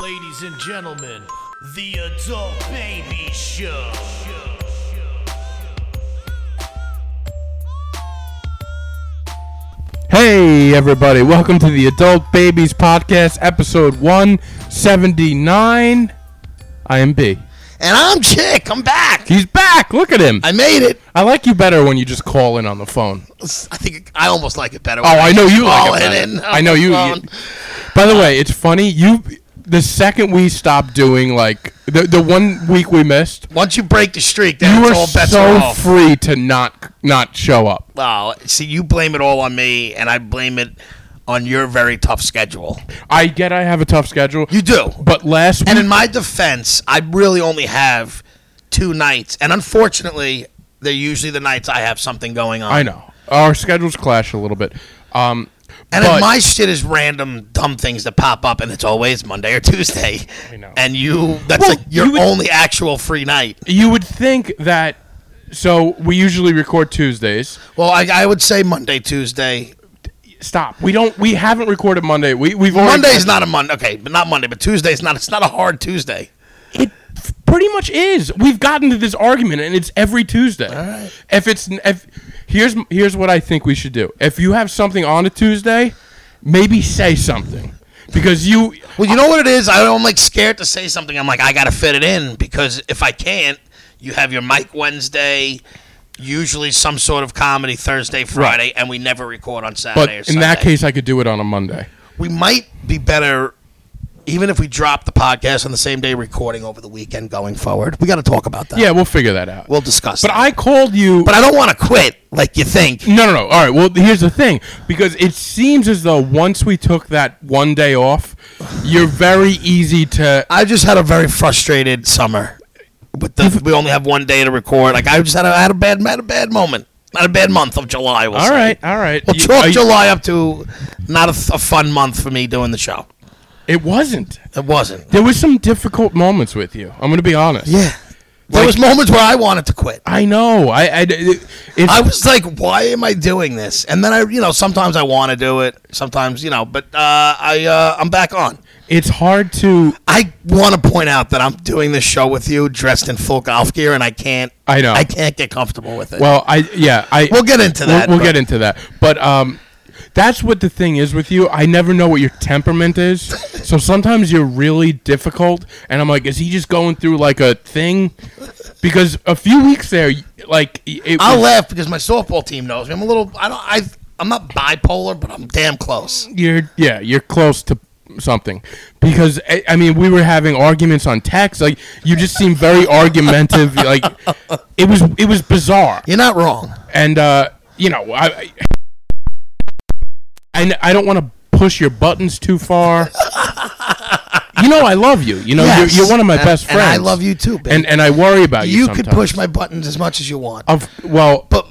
Ladies and gentlemen, the Adult Baby Show. Hey, everybody, welcome to the Adult Babies Podcast, episode 179. I am B. And I'm Chick. I'm back. He's back! Look at him! I, I made it. like you better when you just call in on the phone. I think I almost like it better. Oh, I know you call like it. it in. better. I know you, Well, you- By the way, it's funny, you. The second we stopped doing, like, the, the one week we missed, Once you break the streak, then you were it's all bets are so off. free to not not show up. wow. See, you blame it all on me, and I blame it on your very tough schedule. I get I have a tough schedule, You do. but last And week, in my defense, I really only have two nights, and unfortunately, they're usually the nights I have something going on. I know our schedules clash a little bit. Um, And but- then my shit is random, dumb things that pop up, and it's always Monday or Tuesday. I know. And you—that's Well, like your you would- only actual free night. You would think that. So we usually record Tuesdays. Well, I, I would say Monday, Tuesday. Stop. We don't. We haven't recorded Monday. We we've already Monday's not a Monday. Okay, but not Monday, but Tuesday's not. It's not a hard Tuesday. It f- pretty much is. We've gotten to this argument, and it's every Tuesday. If it's n- if here's here's what I think we should do. If you have something on a Tuesday, maybe say something because you. Well, you know what it is. I, I'm like scared to say something. I'm like, I gotta fit it in because if I can't, you have your mic Wednesday, usually some sort of comedy Thursday, Friday, and we never record on Saturday. But or in that Sunday. case, I could do it on a Monday. we might be better. Even if we drop the podcast on the same day, recording over the weekend going forward, we got to talk about that. Yeah, we'll figure that out. we'll discuss. but that. I called you. but I don't want to quit like you think. No, no, no. All right. Well, here's the thing, because it seems as though once we took that one day off, you're very easy to. I just had a very frustrated summer. With the, we only have one day to record. Like I just had a, I had a bad had a bad moment, not a bad month of July. We'll All say. right, all right. We'll You- chalk are you- July up to not a, a fun month for me doing the show. It wasn't. It wasn't. There was some difficult moments with you. I'm gonna be honest. Yeah, there was moments where I wanted to quit. I know. I. I. It, it's, I was like, why am I doing this? And then I, you know, sometimes I want to do it, sometimes you know, but uh, I uh, I'm back on. it's hard to. I want to point out that I'm doing this show with you dressed in full golf gear, and I can't. I know. I can't get comfortable with it. Well, I. Yeah. I. We'll get into that, We'll, we'll but- get into that. But um, that's what the thing is with you. I never know what your temperament is. so sometimes you're really difficult, and I'm like, is he just going through like a thing? Because a few weeks there, like it I'll was, laugh because my softball team knows me. I'm a little. I don't. I. I'm not bipolar, but I'm damn close. you're yeah, you're close to something. Because I, I mean, we were having arguments on text. Like you just seem very argumentative. Like it was it was bizarre. You're not wrong. and uh, you know, I, I- I, I don't want to push your buttons too far. you know, I love you. You know, Yes. you're, you're one of my And- best and friends. I love you too, babe. And and I worry about you. You could sometimes. push my buttons as much as you want, Of well, but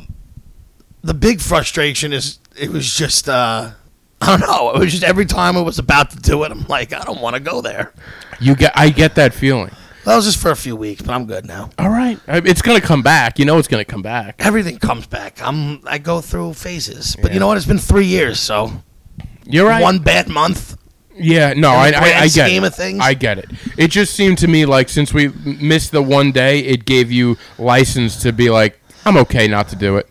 the big frustration is it was just. uh I don't know. It was just every time I was about to do it, I'm like, I don't want to go there. you get I get that feeling. That was just for a few weeks, but I'm good now. All right, I- it's gonna come back. You know, it's gonna come back. Everything comes back. I'm. I go through phases, but you know what? It's been three years, so You're right. one bad month. yeah, no, I, in the I, grand I get scheme it. of things. I get it. It just seemed to me like since we m- missed the one day, it gave you license to be like, I'm okay not to do it.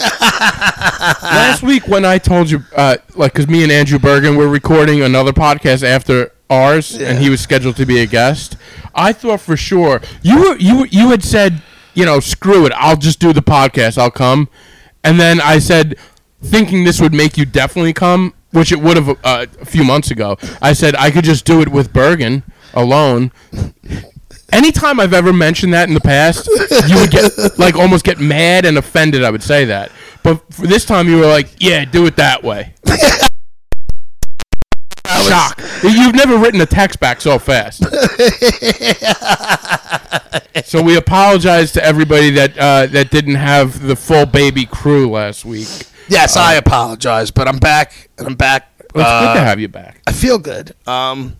last week when I told you, uh, like, because me and Andrew Bergen were recording another podcast after ours, and he was scheduled to be a guest, I thought for sure you were you were- you had said, you know, screw it, I'll just do the podcast, I'll come, and then I said, thinking this would make you definitely come, which it would have uh, a few months ago. I said I could just do it with Bergen alone. Anytime I've ever mentioned that in the past, you would get like almost get mad and offended. I would say that, but for this time you were like, "Yeah, do it that way." Shock! You've never written a text back so fast. so we apologize to everybody that uh, that didn't have the full baby crew last week. It's Yes, I apologize, but I'm back, and I'm back. uh, good to have you back. I feel good. Um,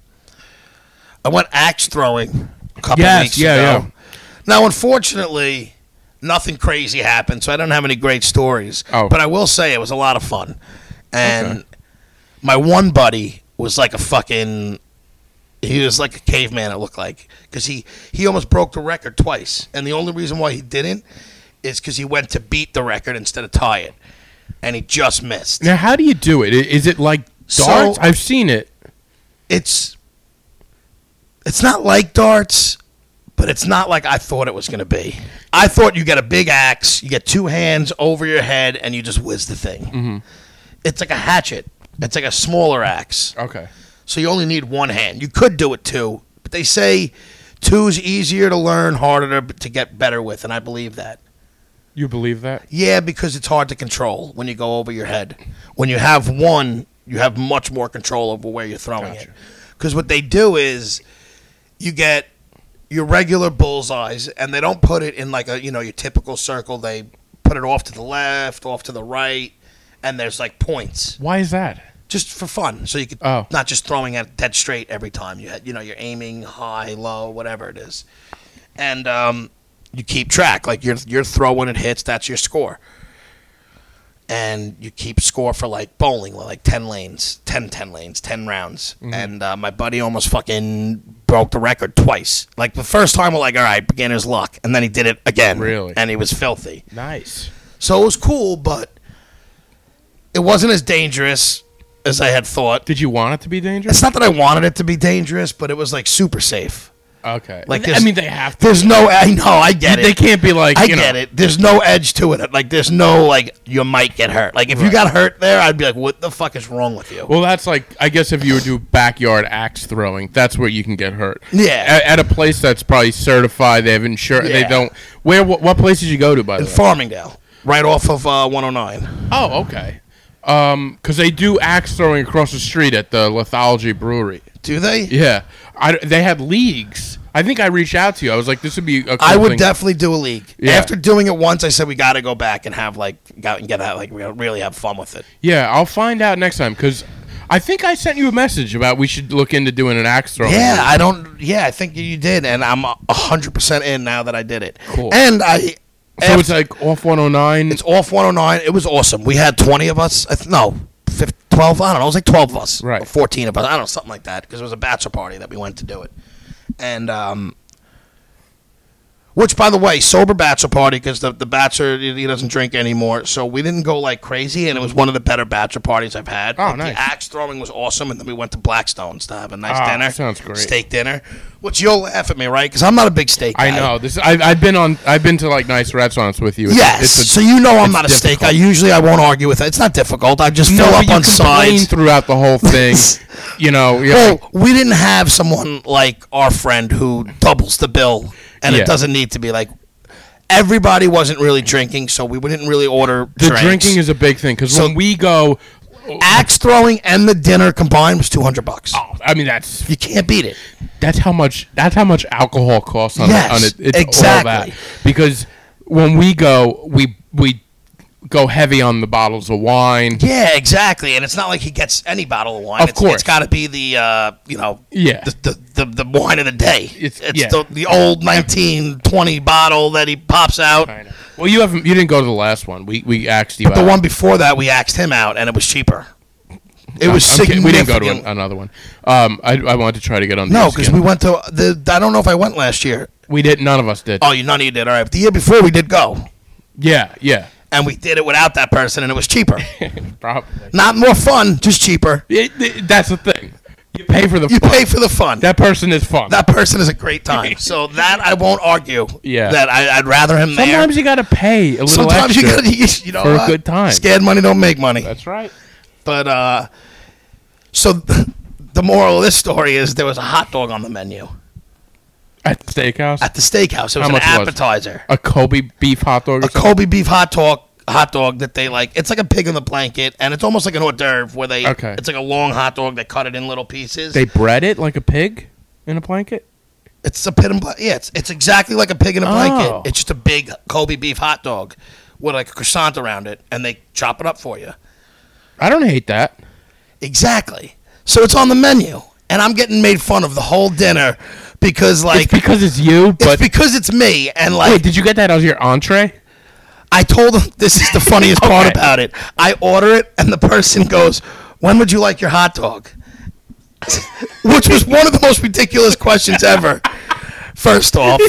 I went axe throwing a couple Yes, weeks yeah, ago. yeah. Now, unfortunately, nothing crazy happened, so I don't have any great stories. Oh. But I will say it was a lot of fun. And my one buddy was like a fucking He was like a caveman. It looked like because he he almost broke the record twice, and the only reason why he didn't is because he went to beat the record instead of tie it, and he just missed. Now, how do you do it? I- Is it like So- darts? I've seen it. It's it's not like darts, but it's not like I thought it was going to be. I thought you get a big axe, you get two hands over your head, and you just whiz the thing. It's like a hatchet. It's like a smaller axe. Okay. So you only need one hand. You could do it two, but they say two's easier to learn, harder to, to get better with, and I believe that. You believe that? Yeah, because it's hard to control when you go over your head. When you have one, you have much more control over where you're throwing it. Gotcha. Because what they do is you get your regular bullseyes, and they don't put it in like a you know your typical circle. They put it off to the left, off to the right, and there's like points Why is that? just for fun, so you could Oh. not just throwing at dead straight every time. You had, you know, you're aiming high, low, whatever it is, and um, you keep track. Like your your throw when it hits, that's your score, and you keep score for like bowling, like ten lanes, 10, 10 lanes, ten rounds. Mm-hmm. And uh, my buddy almost fucking broke the record twice. Like the first time, we're like, all right, beginner's luck, and then he did it again. Really? and he was filthy. Nice. So it was cool, but it wasn't as dangerous as I had thought. Did you want it to be dangerous? It's not that I wanted it to be dangerous, but it was like super safe. Okay. Like I there's- mean, they have to. There's no, I know, I get it. They can't be like. I you know, get it. There's no edge to it. Like there's no like you might get hurt. Like if you got hurt there, I'd be like, what the fuck is wrong with you? Well, that's like I guess if you would do backyard axe throwing, that's where you can get hurt. Yeah. At, at a place that's probably certified, they have insurance. They Yeah. don't. Where? What, what places you go to? By the In way. Farmingdale, right off of uh, 109. oh, okay. Um, because they do axe throwing across the street at the Lithology Brewery. Do they? Yeah, I, they had leagues. I think I reached out to you. I was like, this would be. A cool I would thing. definitely do a league. Yeah. After doing it once, I said we got to go back and have like go out and get out like we gotta really have fun with it. Yeah, I'll find out next time because I think I sent you a message about we should look into doing an axe throwing. Yeah, I don't. Yeah, I think you did, and I'm hundred percent in now that I did it. Cool. And I. So it's like off 109. It's off 109. It was awesome. We had 20 of us. I th- no, 15, 12. I don't know. It was like 12 of us. Right. Or 14 of us. I don't know. Something like that. Because it was a bachelor party that we went to do it. And, um, which, by the way, sober bachelor party because the, the bachelor, he he doesn't drink anymore. So we didn't go like crazy. And it was one of the better bachelor parties I've had. Oh, Like, nice. The axe throwing was awesome. And then we went to Blackstone's to have a nice Ah, dinner. sounds great. Steak dinner. Which you'll laugh at me, right? Because I'm not a big steak I guy. know this. I, I've been on. I've been to like nice restaurants with you. It's, Yes. it's a- so you know I'm not a steak. I difficult. usually I won't argue with it. It's not difficult. I just no, fill but up you on complain sides. throughout the whole thing. you know. Yeah. Oh, we didn't have someone like our friend who doubles the bill, and Yeah. it doesn't need to be like everybody wasn't really drinking, so we didn't really order the drinking is a big thing because So- when we go, axe throwing and the dinner combined was two hundred bucks. oh, I mean that's You can't beat it. that's how much that's how much alcohol costs on, Yes, on it. It's all exactly. that because when we go, we we go heavy on the bottles of wine. Yeah, exactly. And it's not like he gets any bottle of wine. Of it's, course. it's got to be the uh, you know Yeah. the, the, the, the wine of the day. It's- It's, yeah. the, the old nineteen twenty bottle that he pops out. Well, you haven't. You didn't go to the last one. We we asked you. The out. one before that, we axed him out, and it was cheaper. It was I'm kidding, significant. we didn't go to an- uh, another one. Um, I, I wanted to try to get on. no, these because again. we went to the. I don't know if I went last year. we didn't. None of us did. Oh, you none of you did. All right, but the year before we did go, Yeah, yeah, and we did it without that person, and it was cheaper. probably. Not more fun, just cheaper. that's the thing. You pay for the. You fun. pay for the fun. That, That person is fun. person is a great time. so that I won't argue. Yeah. That I, I'd rather him Sometimes there. you gotta pay a little Sometimes you extra. gotta, you, you know, for a what? good time. Scared money don't make money. that's right. But uh, so the moral of this story is there was a hot dog on the menu. At the steakhouse, at the steakhouse. It was How an much was it? appetizer, a Kobe beef hot dog. Or a Kobe beef hot dog, hot dog that they like. It's like a pig in the blanket, and it's almost like an hors d'oeuvre where they. Okay. It's like a long hot dog. They cut it in little pieces. They bread it like a pig in a blanket. it's a pig in blanket. Yeah, it's it's exactly like a pig in a blanket. Oh. It's just a big Kobe beef hot dog with like a croissant around it, and they chop it up for you. I don't hate that. Exactly. So it's on the menu, and I'm getting made fun of the whole dinner because like. it's because it's you. it's But because it's me, and like wait, did you get that as your entree? I told him this is the funniest part Okay. about it. I order it, and the person goes, "When would you like your hot dog?" which was one of the most ridiculous questions ever. First off,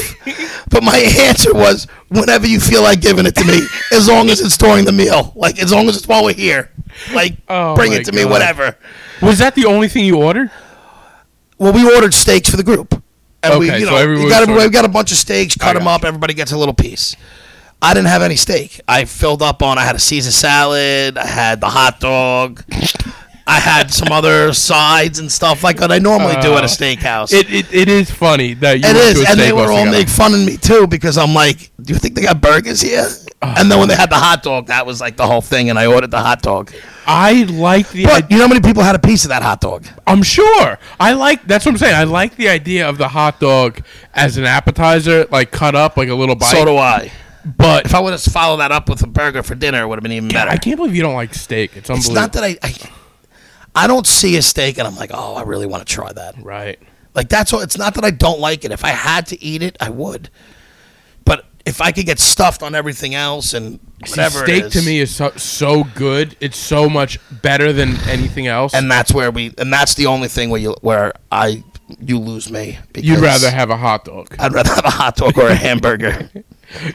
but my answer was whenever you feel like giving it to me, as long as it's during the meal, like as long as it's while we're here, like Oh, bring my it to me, God. whatever. Was that the only thing you ordered? Well, we ordered steaks for the group, and we, Okay, you so know, everyone you got sort of- we got a bunch of steaks, cut them gotcha. up, everybody gets a little piece. I didn't have any steak. I filled up on. I had a Caesar salad. I had the hot dog. I had some other sides and stuff like that I normally do at Oh. a steakhouse. It, it, it is funny that you It went to is, a and they steakhouse were all together. making fun of me too because I'm like, "Do you think they got burgers here?" Oh, and then when they had the hot dog, that was like the whole thing, and I ordered the hot dog. I like the But idea. you know how many people had a piece of that hot dog? I'm sure. I like that's what I'm saying. I like the idea of the hot dog as an appetizer, like cut up like a little bite. So do I. but If I would have followed that up with a burger for dinner, it would have been even better. I can't believe you don't like steak. It's it's unbelievable. not that I, I, I don't see a steak and I'm like, oh, I really want to try that. right. Like that's all. It's not that I don't like it. If I had to eat it, I would. But if I could get stuffed on everything else and See, whatever, it steak to is- me is so, so good. It's so much better than anything else. and that's where we and that's the only thing where you where I you lose me. Because you'd rather have a hot dog. I'd rather have a hot dog or a hamburger.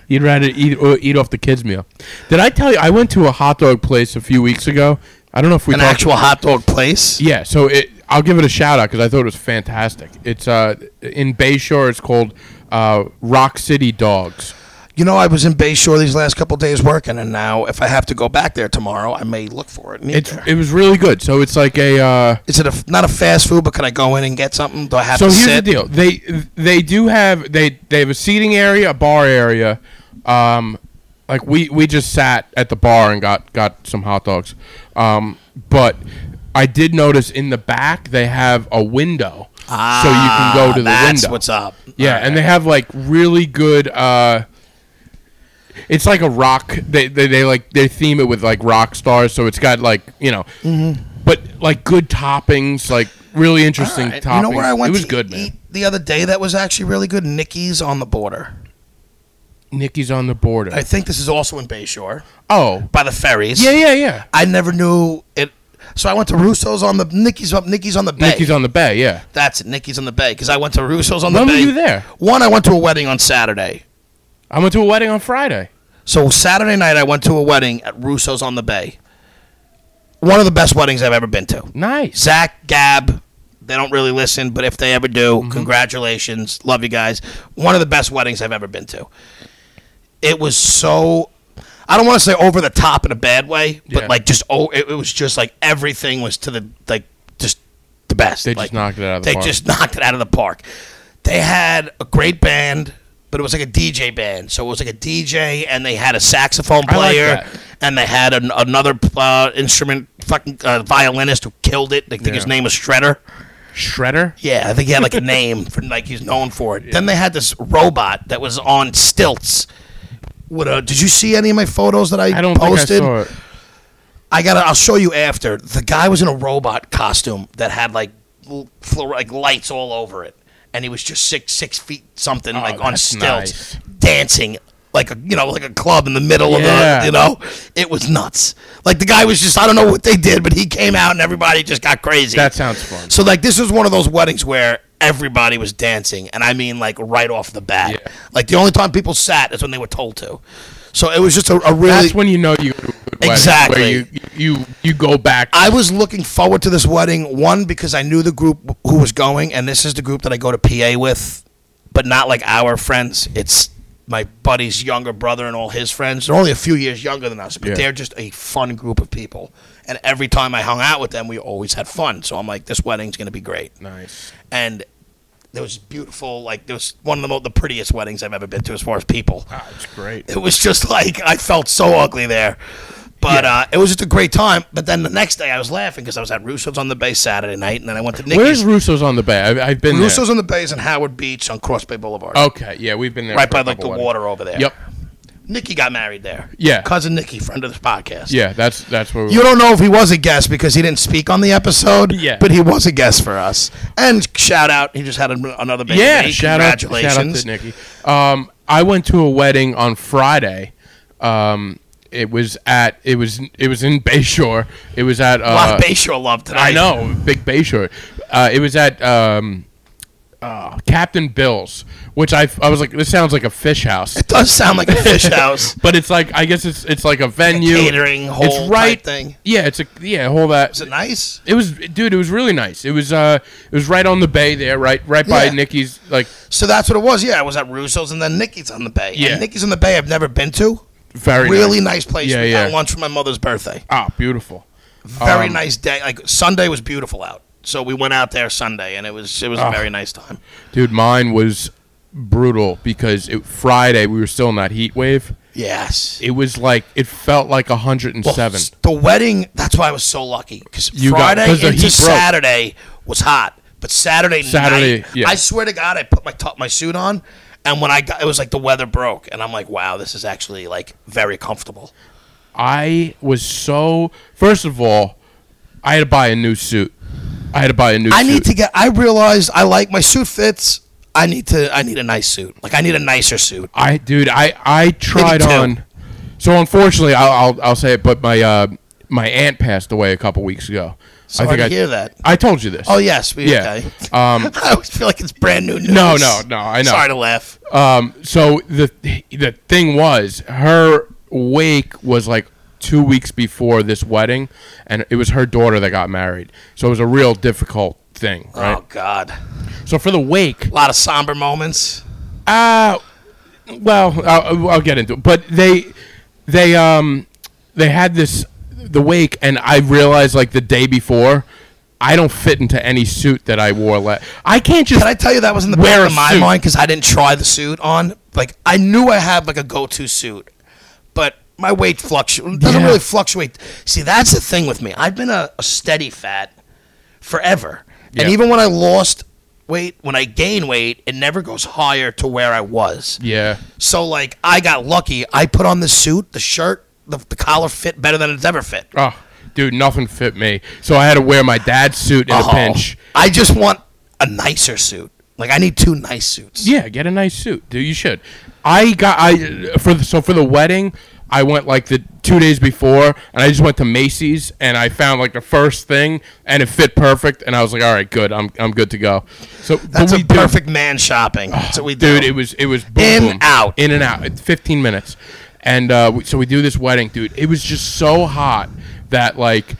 You'd rather eat or eat off the kids' meal. Did I tell you I went to a hot dog place a few weeks ago? I don't know if we An talked- actual hot dog place. Yeah, so it, I'll give it a shout out because I thought it was fantastic. It's uh, in Bayshore. It's called uh, Rock City Dogs. You know, I was in Bayshore these last couple days working, and now if I have to go back there tomorrow, I may look for it. and eat It's there. it was really good. So it's like a. Uh, Is it a, not a fast food, but can I go in and get something? Do I have so to here's sit? the deal. They they do have they they have a seating area, a bar area. Um, like we we just sat at the bar and got got some hot dogs. Um, but I did notice in the back they have a window, so you can Ah, go to the that's window. what's up. Yeah, All and right. they have like really good. uh It's like a rock. They, they they like they theme it with like rock stars, so it's got like you know, but like good toppings, like really interesting Mm-hmm. toppings. All right. You know where I went It was to good, eat man. the other day that was actually really good? Nikki's on the border. Nikki's on the border. I think this is also in Bayshore oh, by the ferries. yeah, yeah, yeah. I never knew it. So I went to Russo's on the Nikki's up Nikki's on the Bay. Nikki's on the bay. Yeah. That's it. Nikki's on the Bay because I went to Russo's on the When were Bay. you there? One, I went to a wedding on Saturday. I went to a wedding on Friday. So Saturday night, I went to a wedding at Russo's on the Bay. One of the best weddings I've ever been to. Nice. Zach Gab, they don't really listen, but if they ever do, Mm-hmm. congratulations. Love you guys. One of the best weddings I've ever been to. It was so I don't want to say over the top in a bad way, but Yeah. like just oh it, it was just like everything was to the like just the best. They just Like, knocked it out of the They park. just knocked it out of the park. They had a great band, but it was like a DJ band. So it was like a DJ and they had a saxophone I like player that. and they had an, another uh, instrument, fucking uh, violinist who killed it. I think his Yeah. name was Shredder. Shredder. Yeah, I think he had like a name for like he's known for it. Then they had this robot that was on stilts. What a, did you see any of my photos that I, I don't posted? think I saw it. I gotta. I'll show you after. The guy was in a robot costume that had like l- fluor- like lights all over it, and he was just six six feet something like on Oh, that's stilts, nice. dancing like a you know like a club in the middle of Yeah. the you know. It was nuts. Like the guy was just I don't know what they did, but he came out and everybody just got crazy. That sounds fun. So like this was one of those weddings where everybody was dancing, and I mean like right off the bat. Yeah. Like the only time people sat is when they were told to. So it was just a, a really That's when you know you go to a good wedding, Exactly. Where you you you go back. I was looking forward to this wedding one because I knew the group who was going, and this is the group that I go to PA with, but not like our friends. It's my buddy's younger brother and all his friends. They're only a few years younger than us, but Yeah. they're just a fun group of people. And every time I hung out with them, we always had fun. So I'm like, this wedding's gonna be great. nice. And there was beautiful, like there was one of the most the prettiest weddings I've ever been to as far as people Ah, it's great. it was just like I felt so ugly there. But Yeah. uh, it was just a great time. But then the next day I was laughing because I was at Russo's on the Bay Saturday night, and then I went to Nikki's. Where's Russo's on the bay? I've, I've been there. Russo's on the Bay is in Howard Beach on Cross Bay Boulevard, Okay, yeah, we've been there right for by a like the couple weddings. water over there. Yep. Nikki got married there. Yeah. cousin Nikki, friend of this podcast. Yeah, that's that's where we You don't know if he was a guest because he didn't speak on the episode. Yeah. But he was a guest for us. And shout out, he just had an- another baby. Yeah, shout out, Congratulations. shout out to Nikki. Um, I went to a wedding on Friday. Um, it was at it was it was in Bayshore. It was at uh, A lot of Bayshore love tonight. I know, big Bayshore. uh, it was at um, uh, Captain Bill's, which I I was like, this sounds like a fish house. It does sound like a fish house. But it's like I guess it's it's like a venue, catering hall it's right, type thing. Yeah, it's a yeah whole that. Is it nice? It was, dude. It was really nice. It was, uh, it was right on the bay there, right, right by Yeah. Nikki's. Like, So that's what it was. Yeah, I was at Russo's and then Nikki's on the Bay. And Yeah. Nikki's on the Bay. I've never been to. very really nice. nice, place. Yeah, we yeah. had lunch for my mother's birthday. Ah, beautiful. Very Um, nice day. Like Sunday was beautiful out, so we went out there Sunday, and it was it was a Ah. very nice time. Dude, mine was brutal because it, Friday we were still in that heat wave. Yes. It was like it felt like 107. s- The wedding. That's why I was so lucky because You got- Friday 'cause the into heat broke. Saturday was hot, but Saturday, Saturday, night, yeah. I swear to God, I put my top my suit on, and when I got, it was like the weather broke, and I'm like, wow, this is actually like very comfortable. I was so. First of all, I had to buy a new suit. I had to buy a new. I suit. need to get. I realized I like my suit fits. I need to. I need a nice suit. Like I need a nicer suit. I dude, I I tried too. on. So unfortunately, I'll I'll, I'll say it, but my uh, my aunt passed away a couple weeks ago. Sorry to hear that. I told you this. Oh yes, we Yeah. okay. Um, I always feel like it's brand new news. No, no, no, I know. Sorry to laugh. Um, so the the thing was, her wake was like two weeks before this wedding, and it was her daughter that got married. So it was a real difficult thing, right? Oh God, So for the wake, a lot of somber moments. uh, well, I'll, I'll get into it. But they, they, um, they had this the wake, and I realized like the day before, I don't fit into any suit that I wore. La- I can't just Did I tell you that was in the Wear back a of my suit. mind because I didn't try the suit on? Like I knew I had like a go-to suit, but my weight fluctuates. Doesn't Yeah. really fluctuate. See, that's the thing with me. I've been a, a steady fat forever, Yeah. and even when I lost weight, when I gain weight, it never goes higher to where I was. yeah. So like I got lucky. I put on the suit, the shirt, the, the collar fit better than it's ever fit. Oh, dude, nothing fit me. So I had to wear my dad's suit in Oh, a pinch. I just want a nicer suit. Like I need two nice suits. Yeah, get a nice suit, dude. You should. I got I for the, so for the wedding, I went like the two days before, and I just went to Macy's and I found like the first thing, and it fit perfect, and I was like, all right, good, I'm I'm good to go. So but That's we a do- perfect man shopping. That's what we do. dude. It was it was boom, In, boom. out. in and out. It's fifteen minutes, and uh, we, so we do this wedding, dude. It was just so hot that like.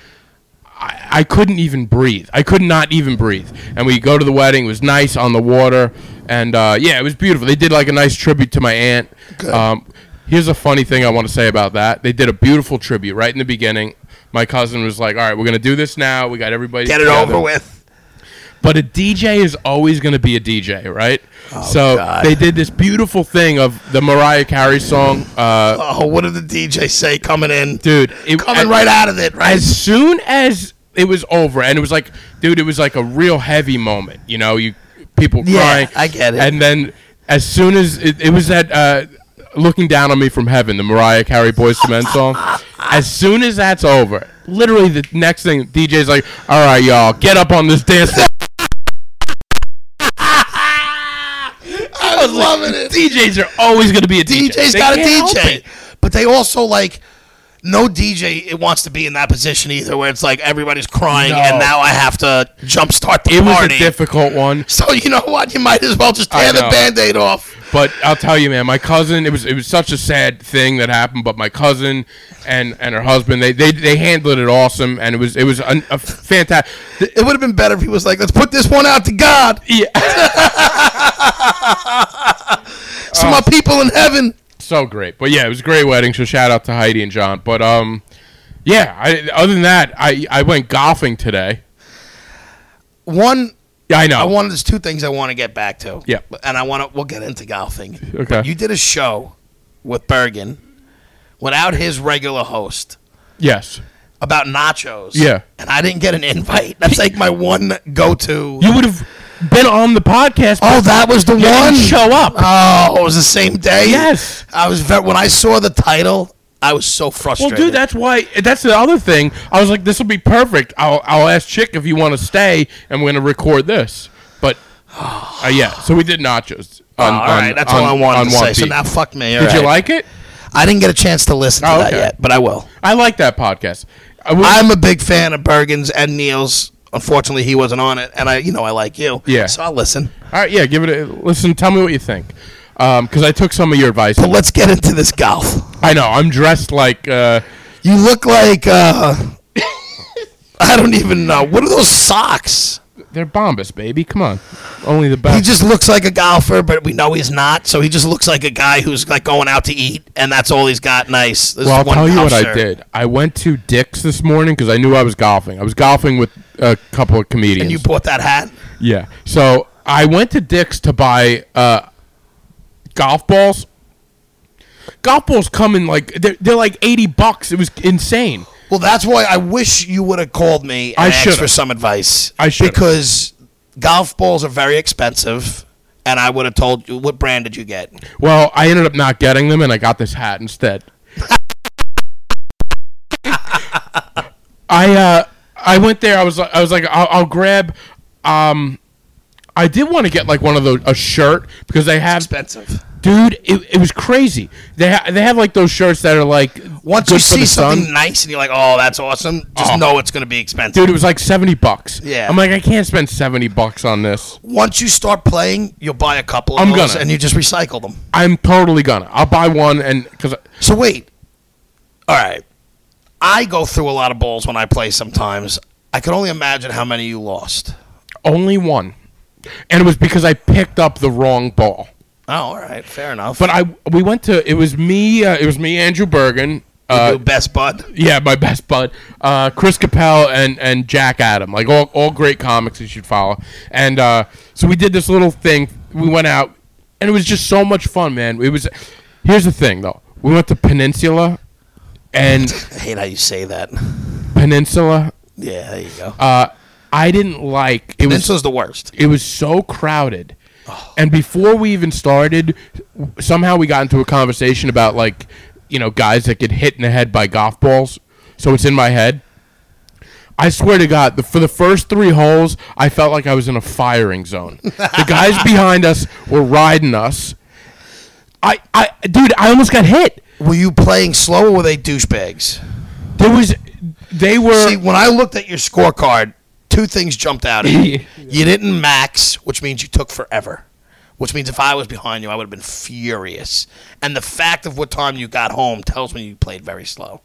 I, I couldn't even breathe. I could not even breathe. And we go to the wedding. It was nice on the water, and uh, yeah, it was beautiful. They did like a nice tribute to my aunt. Um, here's a funny thing I want to say about that. They did a beautiful tribute right in the beginning. My cousin was like, "All right, we're gonna do this now. We got everybody Get it together." over with. But a DJ is always going to be a DJ, right? so Oh, God. they did this beautiful thing of the Mariah Carey song, uh, Oh, what did the DJ say coming in? dude. It, coming a- right out of it, right? As soon as it was over, and it was like, dude, it was like a real heavy moment. You know, you people Yeah, crying. I get it. And then as soon as it, it was that. Uh, Looking down on me from heaven, the Mariah Carey Boys to Men song. As soon as that's over, literally the next thing, DJ's like, "All right, y'all, get up on this dance floor." I was loving it. DJs are always going to be a DJ. DJ's They got a can't help DJ, it. but they also like. No DJ it wants to be in that position either, where it's like everybody's crying No. and now I have to jumpstart the It was party. a difficult one, so you know what? You might as well just tear the know. band-aid off. but I'll tell you, man, my cousin. It was it was such a sad thing that happened, but my cousin and and her husband they they, they handled it awesome, and it was it was an, a fantastic. It would have been better if he was like, "Let's put this one out to God, Yeah, Uh, so my people in heaven." so great. But yeah, it was a great wedding. So shout out to Heidi and John. But um, yeah. I, other than that, I I went golfing today. One, Yeah, I know. I wanted. There's two things I want to get back to. Yeah. and I want to. We'll get into golfing. Okay. You did a show with Bergen without his regular host yes, about nachos. Yeah. and I didn't get an invite. That's like my one go-to. you would have been on the podcast. oh, that was the you one. didn't show up. Oh, it was the same day. Yes. I was ve- when I saw the title. I was so Well, frustrated. dude, that's why. That's the other thing. I was like, this will be perfect. I'll I'll ask Chick if you want to stay, and we're gonna record this. But uh, yeah, so we did nachos. On, Oh, all right, on- that's on- all I wanted on to one say. So beat. now, fuck me. did you like it? I didn't get a chance to listen to Oh, that okay. yet, but I will. I like that podcast. I would- I'm a big fan of Bergen's and Neil's unfortunately he wasn't on it, and I, you know, I like you. Yeah. So I'll listen. All right, yeah, give it a listen. Tell me what you think, because I took some of your advice. But let's get into this golf. I know I'm dressed like uh, You look like uh, I don't even know what are those socks. they're Bombas, baby. Come on, only the He best. just looks like a golfer, but we know he's not. So he just looks like a guy who's like going out to eat, and that's all he's got. Nice. This well, I'll one tell you what golf I shirt. did. I went to Dick's this morning because I knew I was golfing. I was golfing with a couple of comedians. And you bought that hat. Yeah. So I went to Dick's to buy uh, golf balls. Golf balls come in like they're, they're like eighty bucks. It was insane. Well, that's why I wish you would have called me and I asked should've. for some advice. I should've. because golf balls are very expensive, and I would have told you what brand did you get? Well, I ended up not getting them, and I got this hat instead. I uh, I went there. I was I was like, I'll, I'll grab. Um, I did want to get like one of those a shirt because they have Expensive. dude. It, it was crazy. They ha- they have like those shirts that are like Once good you for see the sun. something nice and you're like, "Oh, that's awesome," just Oh. know it's going to be expensive. dude it was like 70 bucks Yeah. i'm like i can't spend 70 bucks on this Once you start playing, you'll buy a couple of I'm those, gonna. and you just recycle them. i'm totally gonna i'll buy one and because So wait. All right. I go through a lot of balls when I play sometimes. I can only imagine how many you lost. only one and it was because i picked up the wrong ball Oh, all right. Fair enough. but i we went to it was me uh, it was me andrew bergen uh, Your best bud. yeah my best bud uh, chris capel and and jack adam like all, all great comics you should follow and uh, so we did this little thing we went out and it was just so much fun man it was here's the thing though we went to peninsula and I hate how you say that. peninsula Yeah, there you go. uh, I didn't like it was Peninsula's the worst. it was so crowded. And before we even started, somehow we got into a conversation about like, you know, guys that get hit in the head by golf balls. So it's in my head. I swear to God, the, for the first three holes, I felt like I was in a firing zone. the guys behind us were riding us. I, I, dude, I almost got hit. Were you playing slow or were they douchebags? There was, they were. See, when I looked at your scorecard, two things jumped out at me. you didn't max, which means you took forever. Which means if I was behind you, I would have been furious. And the fact of what time you got home tells me you played very slow.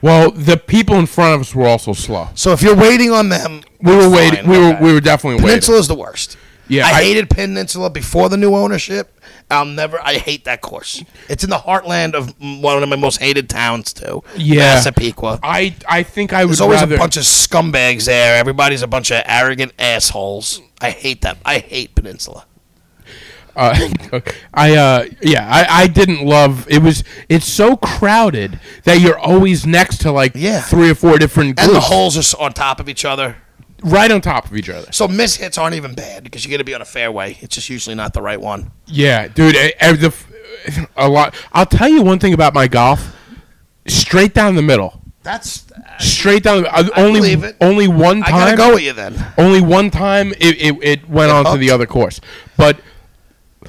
well, the people in front of us were also slow. So if you're waiting on them, We were fine, waiting. We were okay. we were definitely waiting. Peninsula's the worst. Yeah, I, I- hated Peninsula before the new ownership. I'll never. I hate that course. It's in the heartland of m- one of my most hated towns too. Yeah. Massapequa. I I think I would There's always rather. a bunch of scumbags there. Everybody's a bunch of arrogant assholes. I hate that. I hate Peninsula. uh, I uh yeah I I didn't love it was it's so crowded that you're always next to like Yeah. three or four different And groups the holes are s- on top of each other. right on top of each other. So mishits aren't even bad because you're going to be on a fairway. It's just usually not the right one. Yeah, dude. eh, eh, the f- a lot. I'll tell you one thing about my golf. Straight down the middle. That's. Straight down. The, uh, only believe it. only one I time. gotta go with you then. Only one time it, it, it went on to hooked. the other course, but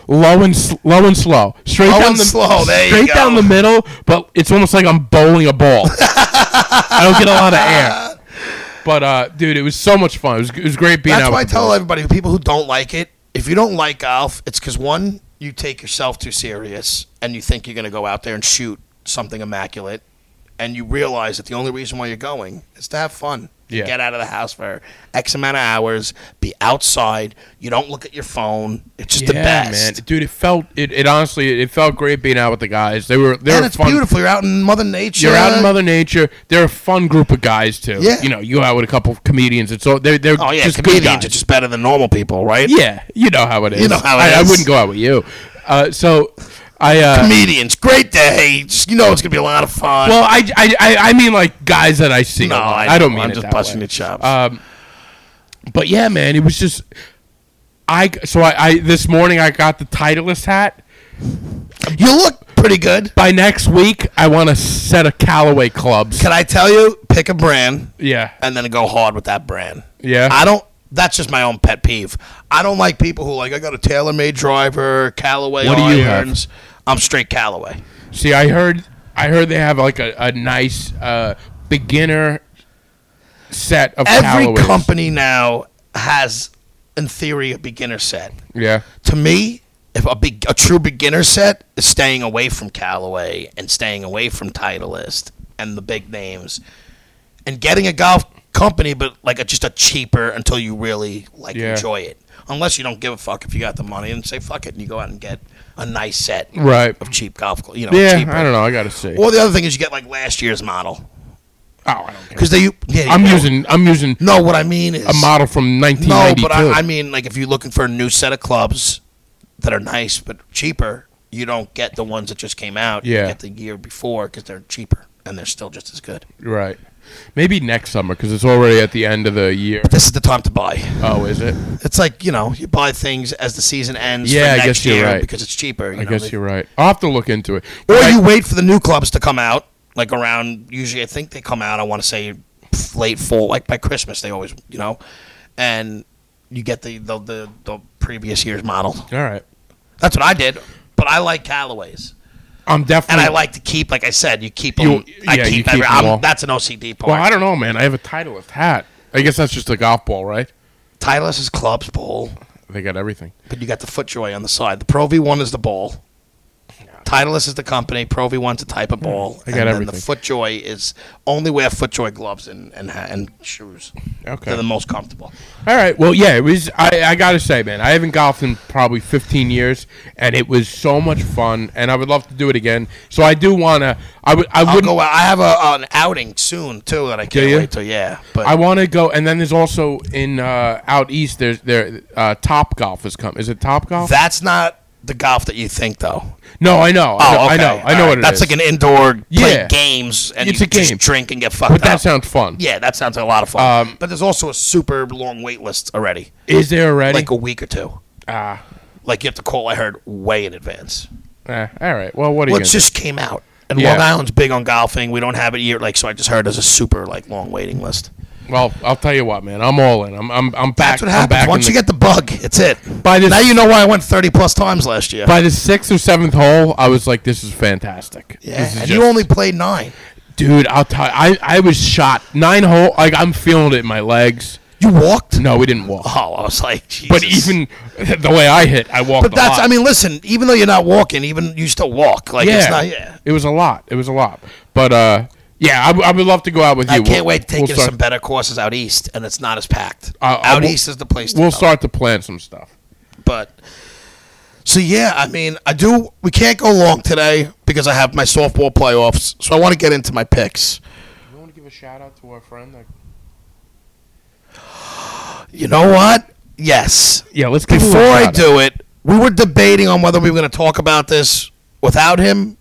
low and sl- low and slow, straight Low down and the slow, there you straight go. down the middle. But it's almost like I'm bowling a ball. I don't get a lot of air. But uh, dude, it was so much fun. It was, it was great being That's out. why I with the tell boys. everybody, people who don't like it, if you don't like golf, it's because one, you take yourself too serious and you think you're going to go out there and shoot something immaculate, and you realize that the only reason why you're going is to have fun. You Yeah. Get out of the house for X amount of hours, be outside. You don't look at your phone. It's just the best. man, dude. It felt it, it. honestly, it felt great being out with the guys. They were they And were it's fun. beautiful. You're out in Mother Nature. You're out in Mother Nature. They're a fun group of guys too. Yeah. you know, you out with a couple of comedians. It's all they're they're Oh, yeah. just good comedians guys. are just better than normal people, right? Yeah, you know how it is. You know how it I, I is. wouldn't go out with you. Uh, so, I uh, Comedians. Great day. Just- You know it's going to be a lot of fun. well, I, I I I mean like guys that I see. no, a lot. I, I, don't mean I'm it just that way. busting Um, your chops. But yeah, man, it was just I. So I, I this morning I got the Titleist hat. You look pretty good. By next week, I want a set of Callaway clubs. Can I tell you? Pick a brand yeah, and then go hard with that brand. Yeah. I don't. That's just my own pet peeve. I don't like people who like. I got a tailor-made driver, Callaway What do you have? irons. I'm straight Callaway. see, I heard I heard they have like a, a nice uh, beginner set of Every Calloways. company now has, in theory, a beginner set. Yeah. to me, if a big, a true beginner set is staying away from Callaway and staying away from Titleist and the big names, and getting a golf company, but like a, just a cheaper until you really like Yeah. enjoy it. Unless you don't give a fuck if you got the money and say fuck it, and you go out and get a nice set Right. of cheap golf, you know, Yeah. cheaper. I don't know. I gotta see. Or the other thing is you get like last year's model oh, I don't care. because they. Yeah, I'm you know. using. I'm using No, what I mean is a model from No, 1992. but I, I mean, like, if you're looking for a new set of clubs that are nice but cheaper, you don't get the ones that just came out. Yeah. You get the year before because they're cheaper and they're still just as good. right. Maybe next summer because it's already at the end of the year. This is the time to buy. Oh, is it? It's like, you know, you buy things as the season ends Yeah, I for next guess you're year right. because it's cheaper. You I know, guess they- you're right. I'll have to look into it. Or I- you wait for the new clubs to come out, like around, usually, I think they come out, I want to say late fall, like by Christmas, they always, you know, and you get the, the, the, the previous year's model. All right. That's what I did. But I like Callaways, I'm and definitely. I like to keep, like I said, you keep You- them. I yeah, keep, you keep every, them I'm, all. That's an OCD part. Well, I don't know, man. I have a Titleist hat. I guess that's just a golf ball, right? Titleist is clubs bowl, They got everything. but you got the FootJoy on the side. The Pro V one is the ball. Titleist is the company. Pro V one's a type of ball. I got and Then the everything. FootJoy is only wear FootJoy gloves and and, ha- and shoes. Okay. They're the most comfortable. All right. Well, yeah, it was. I, I gotta say, man, I haven't golfed in probably 15 years, and it was so much fun, and I would love to do it again. So I do wanna. I would. I I'll would. go out. I have a, an outing soon too that I can't you? wait to. Yeah, but I want to go, and then there's also in uh, out east. There's there uh, Top Golf has come. Is it Top Golf? that's not the golf that you think though. no, I know. I know- Oh, I okay. know. I know All what right. it That's is. like an indoor play Yeah. games and It's you a just game. drink and get fucked but that up. sounds fun. yeah, that sounds like a lot of fun. but there's also a super long wait list already, Is there already? like a week or two. Ah, Like you have to call. I heard way in advance. eh, all right. Well, what are Well, you? it Gonna just came out, and Yeah. Long Island's big on golfing. We don't have it here, like so. I just heard there's a super like long waiting list. do? Well, I'll tell you what, man. I'm all in. I'm I'm, I'm back. That's what I'm happens back once in you get the bug. It's it. By this- now you know why I went 30 plus times last year. by the sixth or seventh hole, I was like, "This is fantastic." yeah, This and is you just- only played nine. dude. I'll tell you, I I was shot nine hole. Like I'm feeling it in my legs. You walked. No, we didn't walk. Oh, I was like, Jesus. Mm. But even the way I hit, I walked. But that's, a lot. I mean, listen, even though you're not walking, even you still walk. Like, yeah. it's not, yeah. It was a lot. It was a lot. But uh, yeah, I, w- I would love to go out with I you. can't wait to take we'll you to start, some better courses out east, and it's not as packed. Uh, uh, out we'll- east is the place to We'll go. start to plan some stuff. But, so yeah, I mean, I do, we can't go long today because I have my softball playoffs, so I want to get into my picks. You want to give a shout out to our friend? You know what? Yes. Yeah, let's give Before him a I shout do it, we were debating on whether we were going to talk about this without him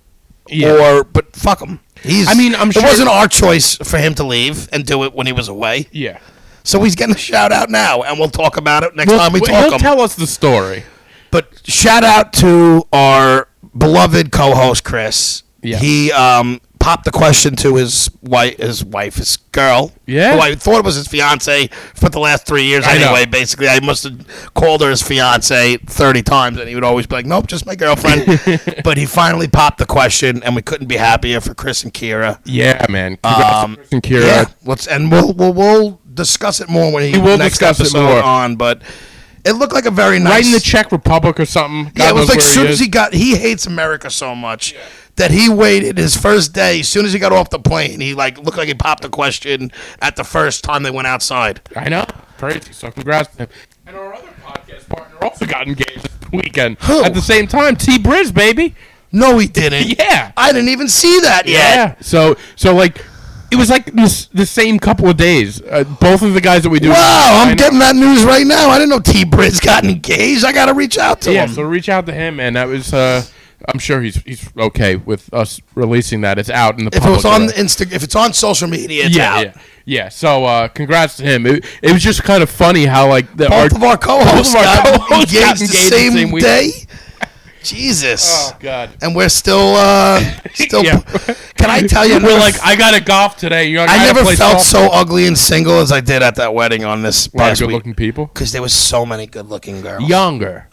Yeah. or, but fuck him. He's, I mean, I'm it sure- wasn't our choice for him to leave and do it when he was away. Yeah, So he's getting a shout out now, and we'll talk about it next well, time we well, he'll talk. 'em. tell us the story. but shout out to our beloved co-host Chris. Yeah. He um, popped the question to his wife, his wife, his girl. Yeah. Who I thought was his fiance for the last three years. I know. Anyway, basically, I must have called her his fiance thirty times, and he would always be like, "Nope, just my girlfriend." but he finally popped the question, and we couldn't be happier for Chris and Kira. Yeah, man. Congrats Um, to Chris and Kira. Yeah, let's and we'll we'll, we'll discuss it more when he We will next discuss it episode more. on. But it looked like a very nice. Right in the Czech Republic or something. God yeah, it was knows like where soon is. as he got he hates America so much that he waited his first day. As soon as he got off the plane, he like looked like he popped the question at the first time they went outside. I know. Crazy. So congrats to him. And our other podcast partner also got engaged this weekend. Who? At the same time, T Briz, baby. No, he didn't. Yeah. I didn't even see that yet. So so like it was like this the same couple of days. Uh, both of the guys that we do. Wow, I I'm know. getting that news right now. I didn't know T. Briz got engaged. I gotta reach out to Yeah. him. So reach out to him, and that was. Uh, I'm sure he's he's okay with us releasing that. It's out in the If it public. was on already. Insta, if it's on social media, it's yeah, out. yeah, yeah. So uh, congrats to him. It, it was just kind of funny how like the both our- of our co-hosts both of our got, co-hosts engaged got the engaged the same, same week. day. Jesus. Oh God. And we're still, uh, still. Yeah. Can I tell you? I We're never- like, I got to golf today. You're like, I gotta never play felt softball." so ugly and single as I did at that wedding on this A lot of past week. good-looking people. Because there was so many good-looking girls. Younger.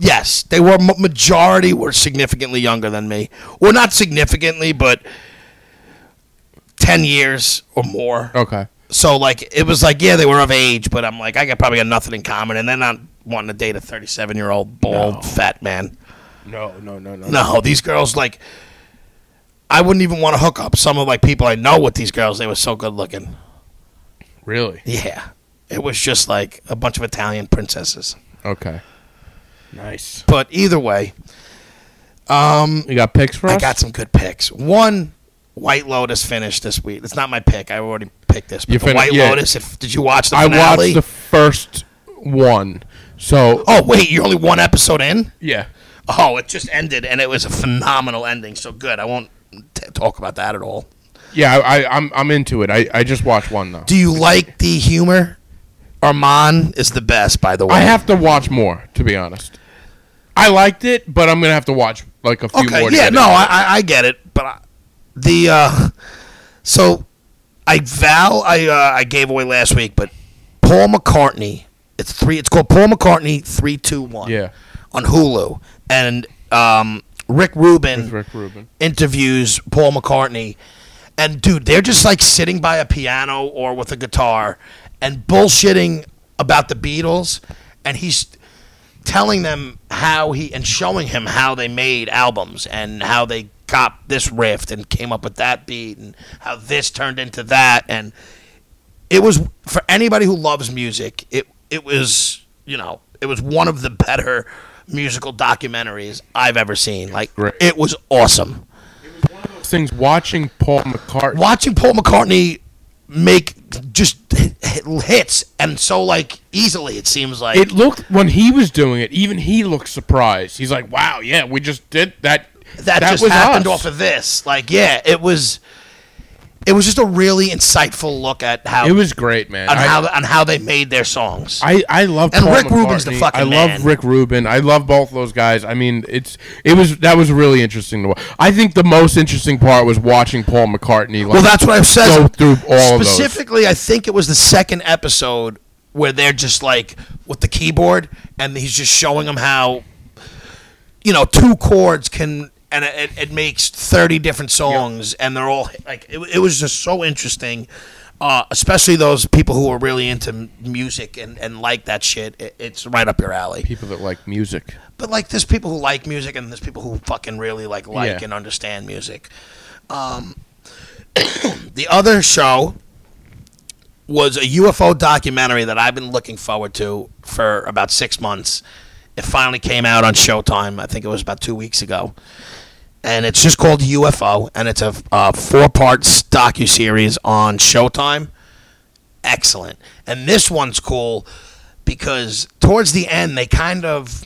Yes, they were ma- majority were significantly younger than me. Well, not significantly, but ten years or more. Okay. So like it was like yeah they were of age, but I'm like I got probably got nothing in common, and they're not wanting to date a 37 year old bald fat man. No, no, no, no. No, these girls like I wouldn't even want to hook up. Some of like people I know with these girls, they were so good looking. Really? Yeah, it was just like a bunch of Italian princesses. Okay. Nice. But either way, You got picks for us? I got some good picks. One, White Lotus finished this week. It's not my pick. I already picked this. But You the fin- White yeah. Lotus. If did you watch the I finale? watched the first one. So oh wait, you're only one episode in. yeah. Oh, it just ended, and it was a phenomenal ending. So good. I won't t- talk about that at all. Yeah, I, I I'm I'm into it. I, I just watched one though. Do you like the humor? Armand is the best, by the way. I have to watch more, to be honest. I liked it, but I'm gonna have to watch like a few Okay, more. to yeah, get no, into I, I I get it, but I, the uh, so I vow I uh, I gave away last week, but Paul McCartney. It's three. It's called Paul McCartney three two one. Yeah. On Hulu and um, Rick Rubin. With Rick Rubin. interviews Paul McCartney, and dude, they're just like sitting by a piano or with a guitar and bullshitting about the Beatles, and he's telling them how he and showing him how they made albums and how they copped this riff and came up with that beat and how this turned into that and it was for anybody who loves music. It it was you know it was one of the better musical documentaries I've ever seen. Like Right. it was awesome those things. Watching Paul McCartney. watching Paul McCartney make just hits and so like easily it seems like It looked when he was doing it. Even he looked surprised. He's like, "Wow, yeah, we just did that. that, just happened us." off of this. Like yeah, it was it was just a really insightful look at how It was great, man. on I- how on how they made their songs. I I love And Paul Rick Rubin's the McCartney. fucking I love man. Rick Rubin. I love both those guys. I mean, it's it was that was really interesting to watch. I think the most interesting part was watching Paul McCartney. Like, Well, that's what I've said. Go through all of those. Specifically, I think it was the second episode where they're just like with the keyboard, and he's just showing them how, you know, two chords can and it, it makes thirty different songs, and they're all like it, it was just so interesting. Uh, especially those people who are really into m- music and, and like that shit, it, it's right up your alley. people that like music. But like, there's people who like music, and there's people who fucking really like like Yeah. and understand music. Um, the other show was a UFO documentary that I've been looking forward to for about six months. It finally came out on Showtime. I think it was about two weeks ago, and it's just called UFO, and it's a, uh four-part docu series on Showtime excellent. And this one's cool because towards the end they kind of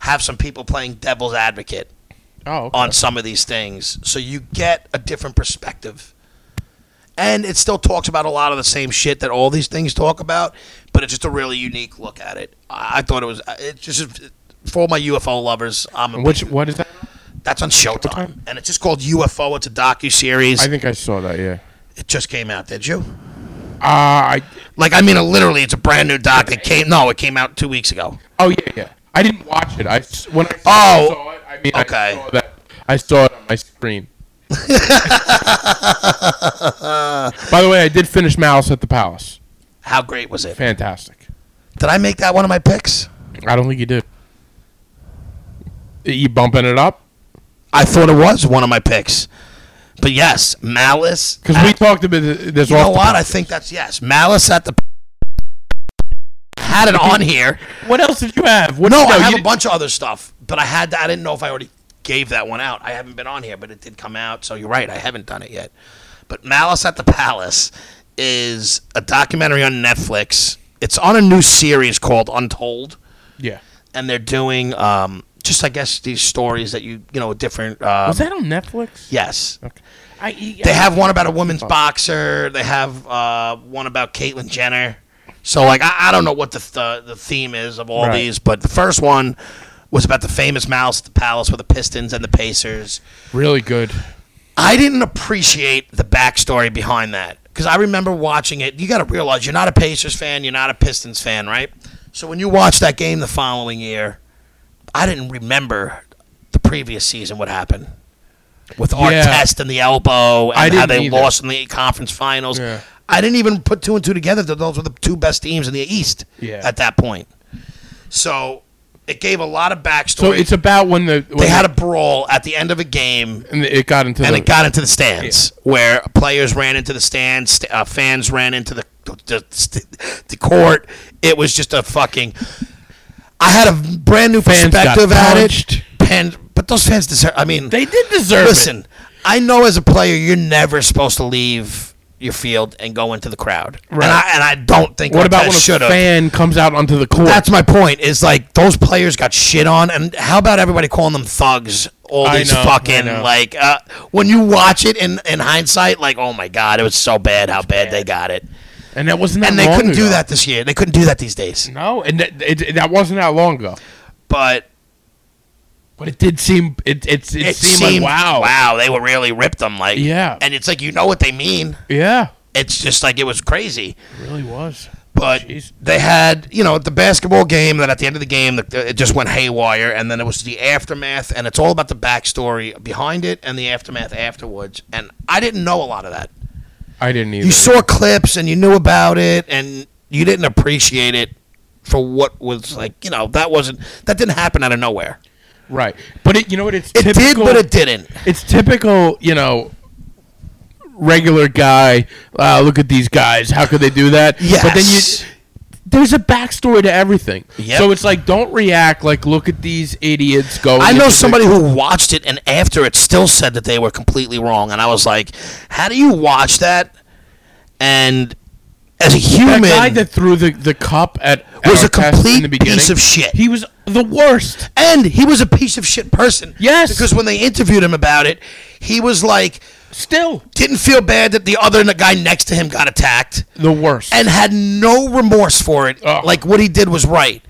have some people playing devil's advocate Oh, okay. on some of these things. So you get a different perspective. And it still talks about a lot of the same shit that all these things talk about, but it's just a really unique look at it. I I thought it was it's just for all my UFO lovers. I'm a which what is that? that's on Showtime, Showtime? and it's just called UFO. It's a docu series. I think I saw that. Yeah. It just came out. Did you? Uh, I Like I mean, literally, it's a brand new doc that came. No, it came out two weeks ago. oh yeah yeah. I didn't watch it. I s- when I saw, Oh, saw it. I mean, okay. I saw that. I saw it on my screen. By the way, I did finish Malice at the Palace. How great was it? Fantastic. Did I make that one of my picks? I don't think you did. You bumping it up? I thought it was one of my picks, but yes, Malice. Because we talked about th- this. you off know the what? I podcast. think that's yes. Malice at the had it on here. What else did you have? What, No, I you have a did- bunch of other stuff, but I had. I didn't know if I already gave that one out. I haven't been on here, but it did come out. So you're right. I haven't done it yet. But Malice at the Palace is a documentary on Netflix. It's on a new series called Untold. Yeah. and they're doing um, just I guess these stories that you you know different. Uh, Was that on Netflix? yes, I, I- they have one about a women's boxer. They have uh, one about Caitlyn Jenner. So like I, I don't know what the th- uh, the theme is of all Right. these, but the first one was about the famous mouse at the palace with the Pistons and the Pacers. really good. I didn't appreciate the backstory behind that because I remember watching it. You got to realize you're not a Pacers fan, you're not a Pistons fan, right? So when you watch that game the following year, I didn't remember the previous season what happened with Yeah. Artest and the elbow and I how didn't they either. lost in the conference finals. Yeah. I didn't even put two and two together that those were the two best teams in the East Yeah. at that point. So it gave a lot of So backstory. it's about when the when they had a brawl at the end of a game and it got into and the, it got into the stands where players ran into the stands, st- uh, fans ran into the, the the the court. It was just a fucking. I had a brand new Fans got perspective at punched. it, and but those fans deserve. I mean, they did deserve listen. it. I know as a player, you're never supposed to leave your field and go into the crowd, Right. and I and I don't think What about when a should have. fan comes out onto the court? That's my point. Is like those players got shit on, and how about everybody calling them thugs? All I these know, I fucking know. like uh, when you watch it in in hindsight, like oh my god, it was so bad how bad, they got it, and that wasn't that and they long couldn't ago. do that this year. They couldn't do that these days. No, and that, it, that wasn't that long ago. But But it did seem it it, it, seemed, it, seemed, like wow. wow, they were really ripped them like Yeah. and it's like you know what they mean. Yeah, It's just like it was crazy. it really was. But Jeez. they had, you know, the basketball game. That at the end of the game, the, it just went haywire, and then it was the aftermath, and it's all about the backstory behind it and the aftermath afterwards. And I didn't know a lot of that. I didn't either. You saw clips and you knew about it, and you didn't appreciate it for what was like. You know, that wasn't that didn't happen out of nowhere. right, but it you know what it's It did, typical- but it didn't. it's typical, you know, regular guy. Uh, look at these guys. How could they do that? But then Yes. you. There's a backstory to everything. Yep. So it's like, don't react like, look at these idiots going. I into know the- somebody who watched it and after it still said that they were completely wrong, and I was like, "How do you watch that?" And as a That human, guy that threw the, the cup at at Was a Artest in the complete beginning, piece of shit. He was the worst. and he was a piece of shit person. Yes. because when they interviewed him about it, he was like, Still didn't feel bad that the other guy next to him got attacked. the worst. and had no remorse for it. Ugh. Like what he did was right.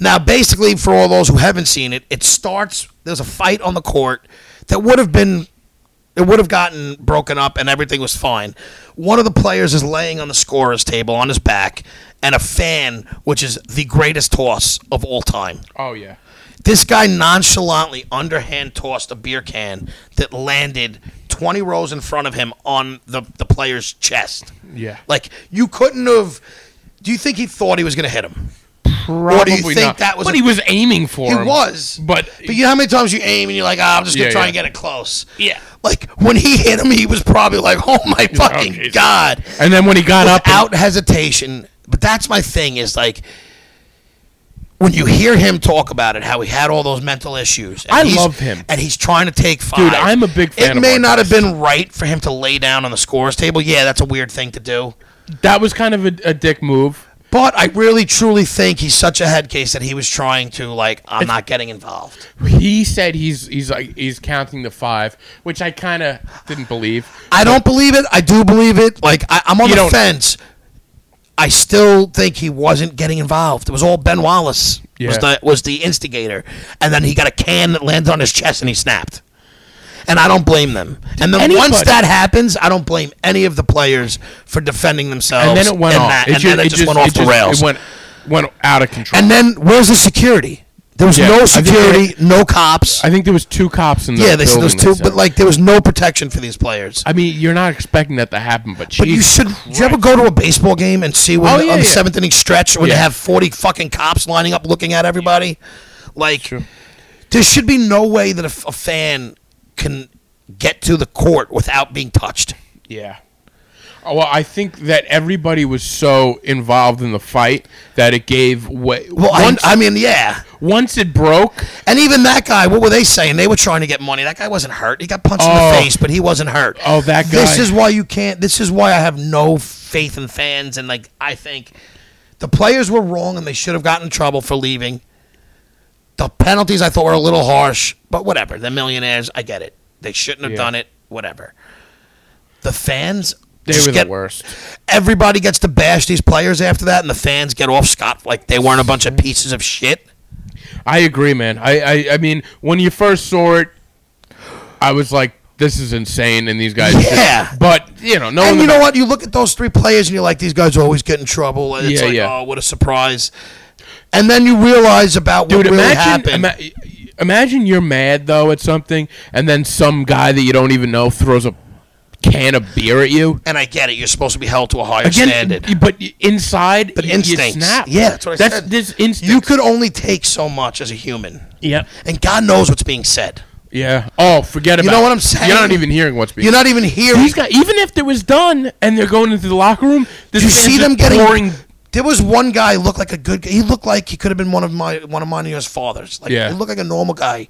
Now, basically, for all those who haven't seen it, it starts. There's a fight on the court that would have been, it would have gotten broken up, and everything was fine. One of the players is laying on the scorer's table on his back, and a fan, which is the greatest toss of all time, oh yeah. this guy nonchalantly underhand tossed a beer can that landed 20 rows in front of him on the, the player's chest. Yeah. Like, you couldn't have. Do you think he thought he was going to hit him? Probably do you think not. that was But a- he was aiming for He him. was. But, But you know how many times you aim and you're like, ah, I'm just going Yeah, to try yeah. and get it close? Yeah. Like, when he hit him, he was probably like, oh my fucking Jesus. God. and then when he got up, and- without hesitation. But that's my thing is like when you hear him talk about it, how he had all those mental issues. and I he's- love him. and he's trying to take five. Dude, I'm a big fan It of may Mark not have been right for him to lay down on the scores table. Yeah, that's a weird thing to do. that was kind of a, a dick move. But I really truly think he's such a head case that he was trying to like, I'm not getting involved. He said he's he's like he's counting the five, which I kind of didn't believe. I don't believe it. I do believe it. Like I, I'm on You the don't- fence. I still think he wasn't getting involved. It was all Ben Wallace was Yeah. the was the instigator, and then he got a can that landed on his chest and he snapped. And I don't blame them. And then once anybody- that happens, I don't blame any of the players for defending themselves. And then it went in off. that- and then it, just, went off it the just- rails. It went went out of control. and then where's the security? There was Yeah, I no think they- security, no cops. I think there was two cops in the yeah, they said building, those two, said. but like there was no protection for these players. I mean, you're not expecting that to happen, but, But you should. Did you ever go to a baseball game and see when Oh, the, yeah, on the yeah. seventh inning stretch when Yeah. they have forty fucking cops lining up looking at everybody? Like, True. there should be no way that a, f- a fan can get to the court without being touched. Yeah. Oh, Well, I think that everybody was so involved in the fight that it gave way. Well, I, once, I mean, yeah. once it broke, And even that guy, what were they saying? They were trying to get money. That guy wasn't hurt. He got punched in Oh. the face, but he wasn't hurt. Oh, that This guy. is why you can't. This is why I have no faith in fans. And like, I think the players were wrong, and they should have gotten in trouble for leaving. The penalties I thought were a little harsh, but whatever. They're millionaires. I get it. They shouldn't have Yeah. done it. Whatever. The fans. they just were get- the worst. Everybody gets to bash these players after that, and the fans get off scot like they weren't a bunch of pieces of shit. I agree, man. I, I, I mean, when you first saw it, I was like, this is insane, and these guys. Yeah. But, you know, no And one. you know what? You look at those three players and you're like, these guys always get in trouble. And it's Yeah, like, yeah. oh, what a surprise. And then you realize about what Dude, really imagine, happened. ima- imagine you're mad, though, at something, and then some guy that you don't even know throws a can can of beer at you. And I get it. You're supposed to be held to a higher Again, standard. y- but y- inside, But y- instincts. you snap. Yeah, that's what I that's said. This instinct. You could only take so much as a human. Yep. And God knows what's being said. Yeah. Oh, forget about. know what I'm it. saying? You're not even hearing what's being. You're not even hearing. These guys, even if it was done and they're going into the locker room, this you man's see just them getting pouring. there was one guy looked like a good guy. He looked like he could have been one of my one of mine and yours fathers. Like Yeah. he looked like a normal guy.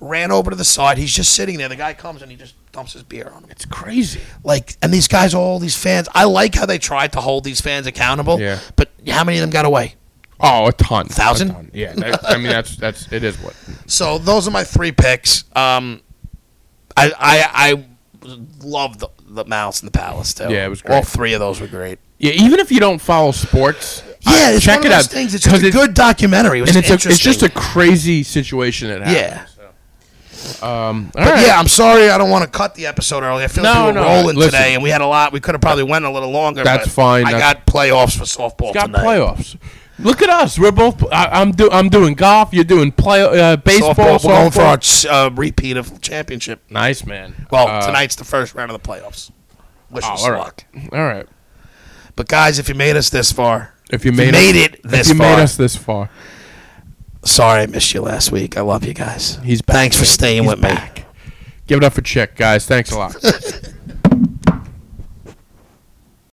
Ran over to the side. He's just sitting there. The guy comes and he just dumps his beer on him. It's crazy. Like and these guys, all these fans. I like how they tried to hold these fans accountable. Yeah. But how many of them got away? Oh, a ton. Thousand? A ton. Yeah. that- I mean, that's that's it is what. So those are my three picks. Um, I I, I love the, the Mouse and the Palace too. Yeah, it was great. All three of those were great. Yeah. Even if you don't follow sports, Yeah, uh, it's check one it of those out things. It's 'cause just a good documentary. It was and it's a, interesting. it's just a crazy situation that happened. yeah. Um. But yeah, I'm sorry. I don't want to cut the episode early. I feel No, like we were no, rolling listen. today, and we had a lot. We could have probably went a little longer. That's but fine, I that's- got playoffs for softball got tonight. playoffs. Look at us. We're both. I, I'm do. I'm doing golf. You're doing play. Uh, baseball. Softball. We're going for softball. our ch- uh, repeat of championship. nice man. Well, Uh, tonight's the first round of the playoffs. Wish oh, us all right. luck. All right. But guys, if you made us this far, If you made, made us, it this if you far. made us this far, Sorry, I missed you last week. I love you guys. He's back, Thanks for man. staying He's with me. give it up for Chick, guys. Thanks a lot.